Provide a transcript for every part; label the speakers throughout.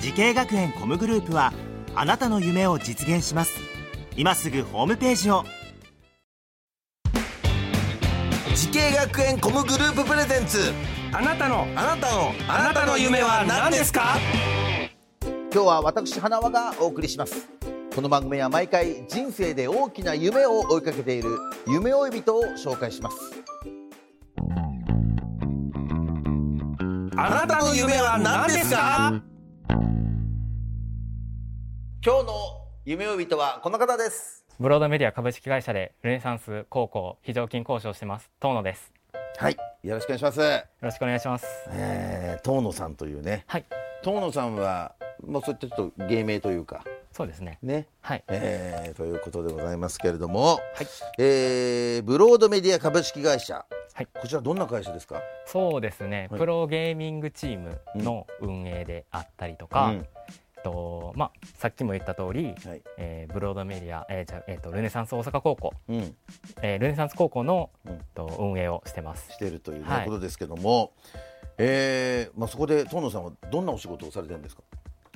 Speaker 1: 時系学園コムグループはあなたの夢を実現します今すぐホームページを
Speaker 2: 時系学園コムグループプレゼンツ
Speaker 3: あなたの
Speaker 2: あなたの
Speaker 3: あなたの夢は何ですか
Speaker 2: 今日は私花輪がお送りしますこの番組は毎回人生で大きな夢を追いかけている夢追い人を紹介します
Speaker 3: あなたの夢は何ですか
Speaker 2: 今日の夢追い人はこの方です
Speaker 4: ブロードメディア株式会社でルネサンス高校非常勤講師をしてます遠野ですよ
Speaker 2: はいよろしくお願いします
Speaker 4: ろしくお願いします
Speaker 2: えー、遠野さんというね
Speaker 4: はい
Speaker 2: 遠野さんはもうそういったちょっと芸名というか
Speaker 4: そうですね
Speaker 2: ね
Speaker 4: はい
Speaker 2: えーということでございますけれども、えーブロードメディア株式会社、
Speaker 4: はい
Speaker 2: こちらどんな会社ですか、
Speaker 4: そうですね、
Speaker 2: はい
Speaker 4: プロゲーミングチームの運営であったりとか、
Speaker 2: うん
Speaker 4: とまあさっきも言った通り、
Speaker 2: はい
Speaker 4: えーブロードメディア、えーじゃあえーとルネサンス大阪高校、
Speaker 2: うん、
Speaker 4: えールネサンス高校の、
Speaker 2: うん
Speaker 4: と運営をしてます
Speaker 2: してるというね、
Speaker 4: はい
Speaker 2: ことですけども、えーまあ、そこで遠野さんはどんなお仕事をされてるんですか、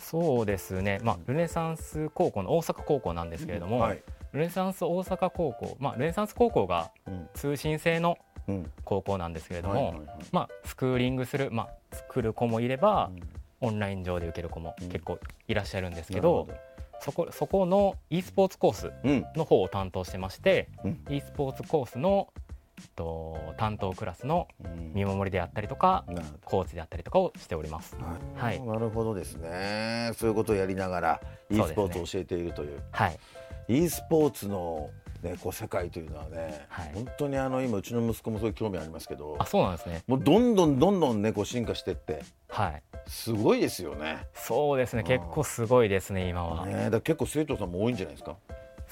Speaker 4: そうですねまあルネサンス高校の大阪高校なんですけれども、
Speaker 2: はい
Speaker 4: ルネサンス大阪高校まあルネサンス高校が
Speaker 2: うん
Speaker 4: 通信制の
Speaker 2: うん
Speaker 4: 高校なんですけれども、
Speaker 2: はいはいはい
Speaker 4: まあ、スクーリングする、まあ、作る子もいれば
Speaker 2: う、ん
Speaker 4: オンライン上で受ける子も
Speaker 2: うん
Speaker 4: 結構いらっしゃるんで
Speaker 2: な
Speaker 4: すけ
Speaker 2: るほ
Speaker 4: ど,、
Speaker 2: ど
Speaker 4: そこそこの e スポーツコース
Speaker 2: うん
Speaker 4: の方を担当してまして、
Speaker 2: うん
Speaker 4: e スポーツコースのえっと担当クラスの
Speaker 2: うん
Speaker 4: 見守りであったりとか、
Speaker 2: なるほ
Speaker 4: コーチであったりとかをしております。
Speaker 2: ど
Speaker 4: はい
Speaker 2: なるほどですねそういうことをやりながら e
Speaker 4: そうですね
Speaker 2: スポーツを教えているという
Speaker 4: はい、
Speaker 2: e スポーツの、ね、こう世界というのはね、
Speaker 4: はい
Speaker 2: 本当にあの今うちの息子もすごい興味ありますけど
Speaker 4: あそうなんですね、
Speaker 2: もうどんどんどんどんねこう進化してって
Speaker 4: はい、
Speaker 2: すごいですよね。
Speaker 4: そうですね
Speaker 2: あー
Speaker 4: 結構すごいですね今は、
Speaker 2: ねだから結構生徒さんも多いんじゃないですか。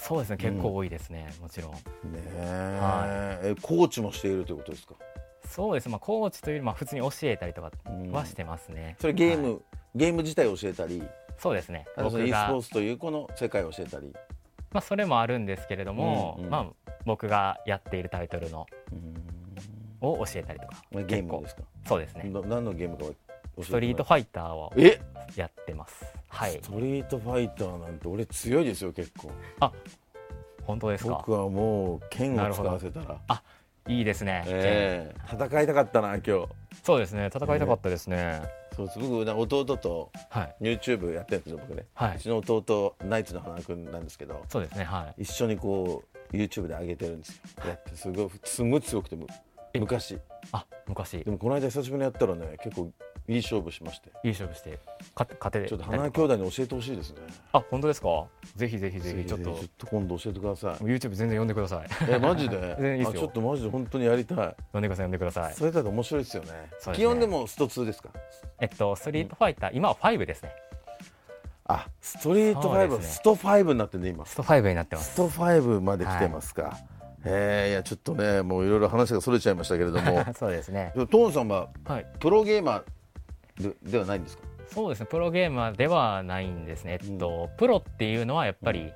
Speaker 4: そうですね結構多いですね、もちろん
Speaker 2: ねえ、
Speaker 4: は
Speaker 2: えコーチもしているということですか。
Speaker 4: そうですね、まあ、コーチというよりまあ普通に教えたりとか
Speaker 2: うん
Speaker 4: はしてますね、
Speaker 2: それゲーム、
Speaker 4: はい
Speaker 2: ゲーム自体を教えたり、
Speaker 4: そうですね
Speaker 2: あと
Speaker 4: 僕
Speaker 2: その e スポ
Speaker 4: が
Speaker 2: ーツというこの世界を教えたり。
Speaker 4: まあ、それもあるんですけれども、
Speaker 2: うんうん
Speaker 4: まあ、僕がやっているタイトルの
Speaker 2: うん
Speaker 4: を教えたりとか
Speaker 2: ゲー
Speaker 4: 結
Speaker 2: ム
Speaker 4: 構
Speaker 2: ですか。
Speaker 4: そうですね
Speaker 2: な何のゲームかは教えてもらえ
Speaker 4: ストリートファイターを
Speaker 2: え、
Speaker 4: やってますはい
Speaker 2: ストリートファイターなんて俺強いですよ結構。
Speaker 4: 本当ですか
Speaker 2: 僕はもう剣を使わせたら。
Speaker 4: いいですね、
Speaker 2: ええ戦いたかったな今日。
Speaker 4: そうですね戦いたかったですね、
Speaker 2: そうすごく弟と
Speaker 4: はい
Speaker 2: YouTube やってるんですよ僕ね。
Speaker 4: は
Speaker 2: う
Speaker 4: い
Speaker 2: ちの弟ナイツの花くんなんですけど
Speaker 4: そうですねは
Speaker 2: 一緒にこう YouTube で上げてるんですよやってすごいすごい強くてむ
Speaker 4: え
Speaker 2: 昔
Speaker 4: いあ昔い
Speaker 2: でもこの間久しぶりにやったらね結構いい勝負しまして
Speaker 4: い勝負して勝て勝て
Speaker 2: ちょっと
Speaker 4: たり
Speaker 2: 花
Speaker 4: と
Speaker 2: 江兄
Speaker 4: か
Speaker 2: 弟に教えてほしいですね
Speaker 4: あ本当ですかぜひぜひぜ
Speaker 2: ぜ
Speaker 4: ひ
Speaker 2: ひ
Speaker 4: ちょっと
Speaker 2: ぜひ今度教えてくだ さい
Speaker 4: YouTube 全然呼んでください
Speaker 2: えマジで
Speaker 4: 全然いいですよ
Speaker 2: あちょっとマジで本当にやりたい
Speaker 4: 呼んでください呼んでください
Speaker 2: それだと面白いですよね
Speaker 4: そうですね
Speaker 2: 基本でもスト2ですか
Speaker 4: えっとストリートファイター、今は5ですね
Speaker 2: あストリート
Speaker 4: そう
Speaker 2: 5、
Speaker 4: ですね
Speaker 2: スト5になってね今
Speaker 4: スト5になってます
Speaker 2: スト5まで来てますか、えーいやちょっとねもういろいろ話がそれちゃいましたけれど も
Speaker 4: そうですね
Speaker 2: でもトーンさんは
Speaker 4: はい
Speaker 2: プロゲーマーでではないんですか
Speaker 4: そうですねプロゲーマーではないんですね、えっと、プロっていうのはやっぱり、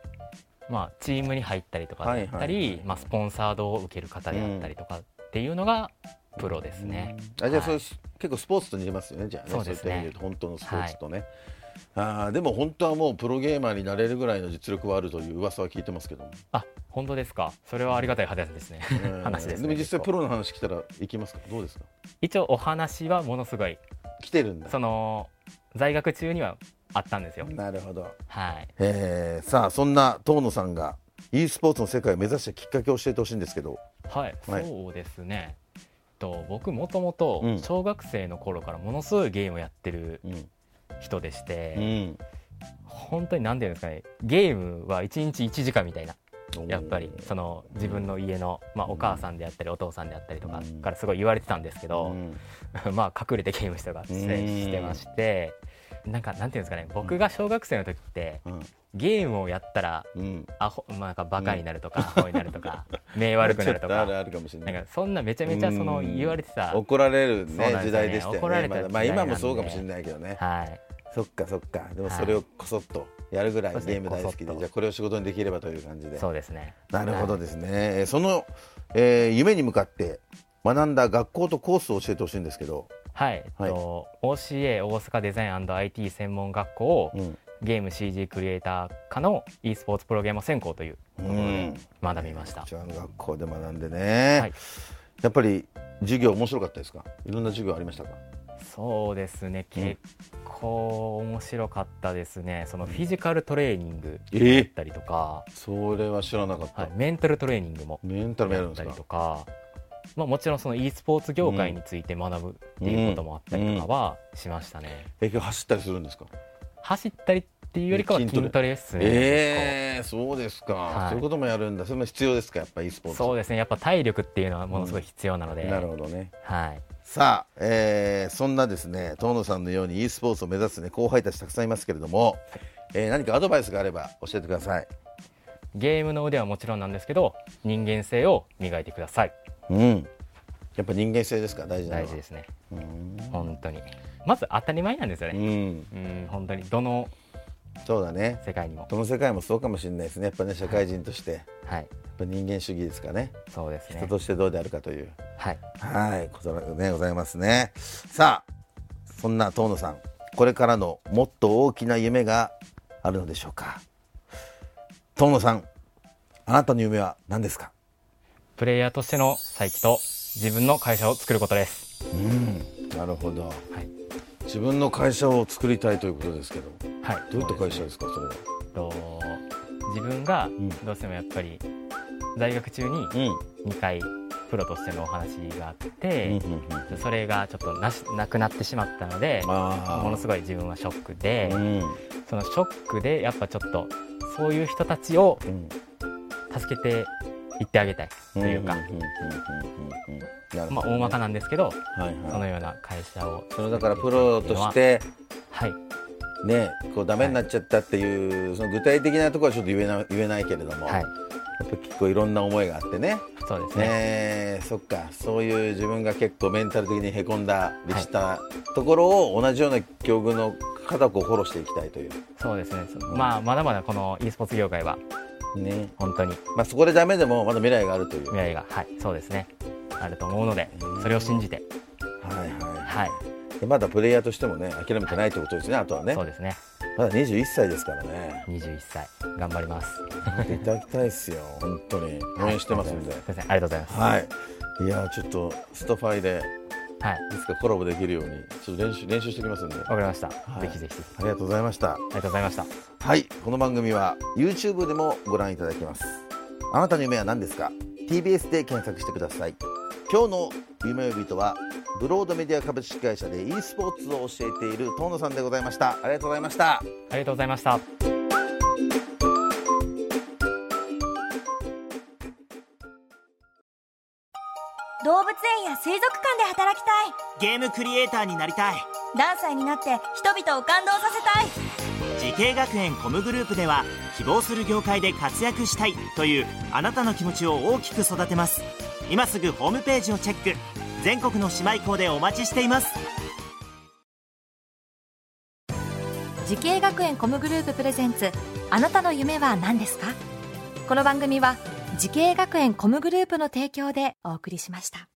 Speaker 4: まあ、チームに入ったりとかだったり、
Speaker 2: はいはいはい
Speaker 4: まあ、スポンサードを受ける方であったりとかっていうのがプロですね、
Speaker 2: あじゃあそれ、
Speaker 4: はい
Speaker 2: 結構スポーツと似てますよねじゃあね
Speaker 4: そうです
Speaker 2: い
Speaker 4: ね
Speaker 2: った意味で言うと本当のスポーツとね、あーでも本当はもうプロゲーマーになれるぐらいの実力はあるという噂は聞いてますけども、
Speaker 4: あ本当ですかそれはありがたい話ですね 話ですね
Speaker 2: でも実際
Speaker 4: 結構
Speaker 2: プロの話来たら行きますかどうですか
Speaker 4: 一応お話はものすごい
Speaker 2: 来てるんだ
Speaker 4: その在学中にはあったんですよ、
Speaker 2: なるほど、
Speaker 4: はい
Speaker 2: えーさあそんな遠野さんが e スポーツの世界を目指したきっかけを教えてほしいんですけど
Speaker 4: はい、
Speaker 2: はい
Speaker 4: そうですねえっと僕もともと
Speaker 2: うん
Speaker 4: 小学生の頃からものすごいゲームをやってる
Speaker 2: うん、
Speaker 4: 人でして、
Speaker 2: うん
Speaker 4: 本当に何ていうんですかねゲームは1日1時間みたいなやっぱりその自分の家の、まあ、お母さんであったりお父さんであったりとか
Speaker 2: うん
Speaker 4: からすごい言われてたんですけ
Speaker 2: う
Speaker 4: ど、
Speaker 2: ん
Speaker 4: まあ隠れてゲームしてたりとかして
Speaker 2: うん
Speaker 4: してましてなんかなんていうんですかね僕が小学生の時って
Speaker 2: うん
Speaker 4: ゲームをやったら
Speaker 2: うん
Speaker 4: アホ、まあ、なんかバカになるとか、アホになる とか目悪くなると
Speaker 2: ちょっあ
Speaker 4: か
Speaker 2: るあるかもしれな
Speaker 4: ないんかそんなめちゃめちゃその
Speaker 2: うん
Speaker 4: 言われてた
Speaker 2: 怒られる
Speaker 4: そうな
Speaker 2: ね
Speaker 4: んですよね
Speaker 2: 時代でしたよね
Speaker 4: 怒られた
Speaker 2: まだまあ
Speaker 4: 時代
Speaker 2: 今
Speaker 4: なんで
Speaker 2: もそうかもしれないけどね
Speaker 4: はい
Speaker 2: そっかそっかでも
Speaker 4: はい
Speaker 2: それをこそっとやるぐらい
Speaker 4: そうですね
Speaker 2: ゲーム大好き
Speaker 4: こそ
Speaker 2: で
Speaker 4: っと
Speaker 2: じゃあこれを仕事にできればという感じで
Speaker 4: そうですね
Speaker 2: なるほどですねえーそのえー夢に向かって学んだ学校とコースを教えてほしいんですけど
Speaker 4: はい、えっと OCA 大阪デザイン &IT 専門学校を
Speaker 2: うん
Speaker 4: ゲーム CG クリエイター科の e スポーツプロゲーマー専攻というところ
Speaker 2: うん
Speaker 4: で学びました、
Speaker 2: 違う学校で学んでね、
Speaker 4: はい
Speaker 2: やっぱり授業面白かったですかいろんな授業ありましたか
Speaker 4: そうですね結構面白かったですねそのフィジカルトレーニング
Speaker 2: えー
Speaker 4: だったりとか、
Speaker 2: それは知らなかった、
Speaker 4: はい、メンタルトレーニングも
Speaker 2: メンタルもやる
Speaker 4: や
Speaker 2: ん
Speaker 4: っ
Speaker 2: で
Speaker 4: た
Speaker 2: す
Speaker 4: り
Speaker 2: か
Speaker 4: とか、まあ、もちろんその e スポーツ業界について学ぶっていうこともあったりとかはしましたね、
Speaker 2: え今日走ったりするんですか
Speaker 4: 走ったりっていうよりかは
Speaker 2: 筋
Speaker 4: 筋
Speaker 2: トレ
Speaker 4: トレですね、
Speaker 2: ええー、そうですか、
Speaker 4: はい
Speaker 2: そういうこともやるんだそれも必要ですかやっぱ e スポーツ
Speaker 4: そうですねやっぱ体力っていうのはものすごい必要なので、
Speaker 2: なるほどね
Speaker 4: はい
Speaker 2: さあ、えーそんなですね遠野さんのように e スポーツを目指す、ね、後輩たちたくさんいますけれども、えー何かアドバイスがあれば教えてください
Speaker 4: ゲームの腕はもちろんなんですけど人間性を磨いてください
Speaker 2: うんやっぱ人間性ですか大事なの
Speaker 4: 大
Speaker 2: は
Speaker 4: 事ですね
Speaker 2: うん
Speaker 4: 本当にまず当たり前なんですよ
Speaker 2: うん
Speaker 4: ねうん本当にどの
Speaker 2: そうだね
Speaker 4: 世界にも
Speaker 2: どの世界もそうかもしれないですねやっぱね社会人として、や
Speaker 4: はい
Speaker 2: っぱ人間主義ですかね
Speaker 4: そうです
Speaker 2: 人
Speaker 4: ね
Speaker 2: としてどうであるかという
Speaker 4: はい
Speaker 2: はいことでねございますねさあそんな遠野さんこれからのもっと大きな夢があるのでしょうか遠野さんあなたの夢は何ですか
Speaker 4: プレイヤーとしての再起と自分の会社を作ることです
Speaker 2: うんなるほど、
Speaker 4: い
Speaker 2: 自分の会社を作りたいということですけど
Speaker 4: はい
Speaker 2: どういった会社ですかそれは
Speaker 4: えっと自分が
Speaker 2: ん
Speaker 4: どうしてもやっぱり大学中に
Speaker 2: うん
Speaker 4: 2回プロとしてのお話があって、
Speaker 2: うんうんうん
Speaker 4: それがちょっとなしなくなってしまったので
Speaker 2: あー
Speaker 4: ものすごい自分はショックで、
Speaker 2: うん
Speaker 4: そのショックでやっぱちょっとそういう人たちを
Speaker 2: うん
Speaker 4: 助けていってあげたいというか、
Speaker 2: んんうんうんうんうんなるほ
Speaker 4: まあ、
Speaker 2: どね
Speaker 4: 大まかなんですけど、
Speaker 2: はいはい
Speaker 4: そのような会社を
Speaker 2: そのだからプロとして
Speaker 4: はい
Speaker 2: ねこうダメになっちゃったっていう、その具体的なところはちょっと言えない言えないけれども、
Speaker 4: はい
Speaker 2: やっぱ結構いろんな思いがあってね
Speaker 4: そうですね
Speaker 2: えーそっかそういう自分が結構メンタル的にへこんだりしたところを同じような境遇の方をこうフォローしていきたいという、
Speaker 4: そうですね、そまあまだまだこの e スポーツ業界は
Speaker 2: ね
Speaker 4: 本当に
Speaker 2: まあ、そこでダメでもまだ未来があるという、
Speaker 4: 未来がはいそうですねあると思うのでそれを信じて
Speaker 2: はいは
Speaker 4: はい
Speaker 2: い、でまだプレイヤーとしてもね諦めてないということですねあとはね
Speaker 4: そうですね
Speaker 2: まだ21歳ですからね
Speaker 4: 21歳頑張ります
Speaker 2: 頑張っていただきたいですよ本当に応援してますんで。
Speaker 4: すいませんありがとうございます
Speaker 2: はい。いやーちょっとストファイで
Speaker 4: はい
Speaker 2: いつかコラボできるようにちょっと練習練習してきますんで。
Speaker 4: わかりました、
Speaker 2: い
Speaker 4: ぜひぜひ
Speaker 2: ありがとうございました。
Speaker 4: ありがとうございました
Speaker 2: はい、この番組は YouTube でもご覧いただけます。あなたの夢は何ですか ?TBS で検索してください。今日の夢呼びとはブロードメディア株式会社で e スポーツを教えている遠野さんでございました。ありがとうございました。
Speaker 4: ありがとうございました
Speaker 5: 動物園や水族館で働きたい
Speaker 1: ゲームクリエイターになりたい
Speaker 5: 何歳になって人々を感動させたい
Speaker 1: 時系学園コムグループでは希望する業界で活躍したいというあなたの気持ちを大きく育てます今すぐホームページをチェック全国の姉妹校でお待ちしています
Speaker 6: 時系学園コムグループプレゼンツあなたの夢は何ですかこの番組は時系学園コムグループの提供でお送りしました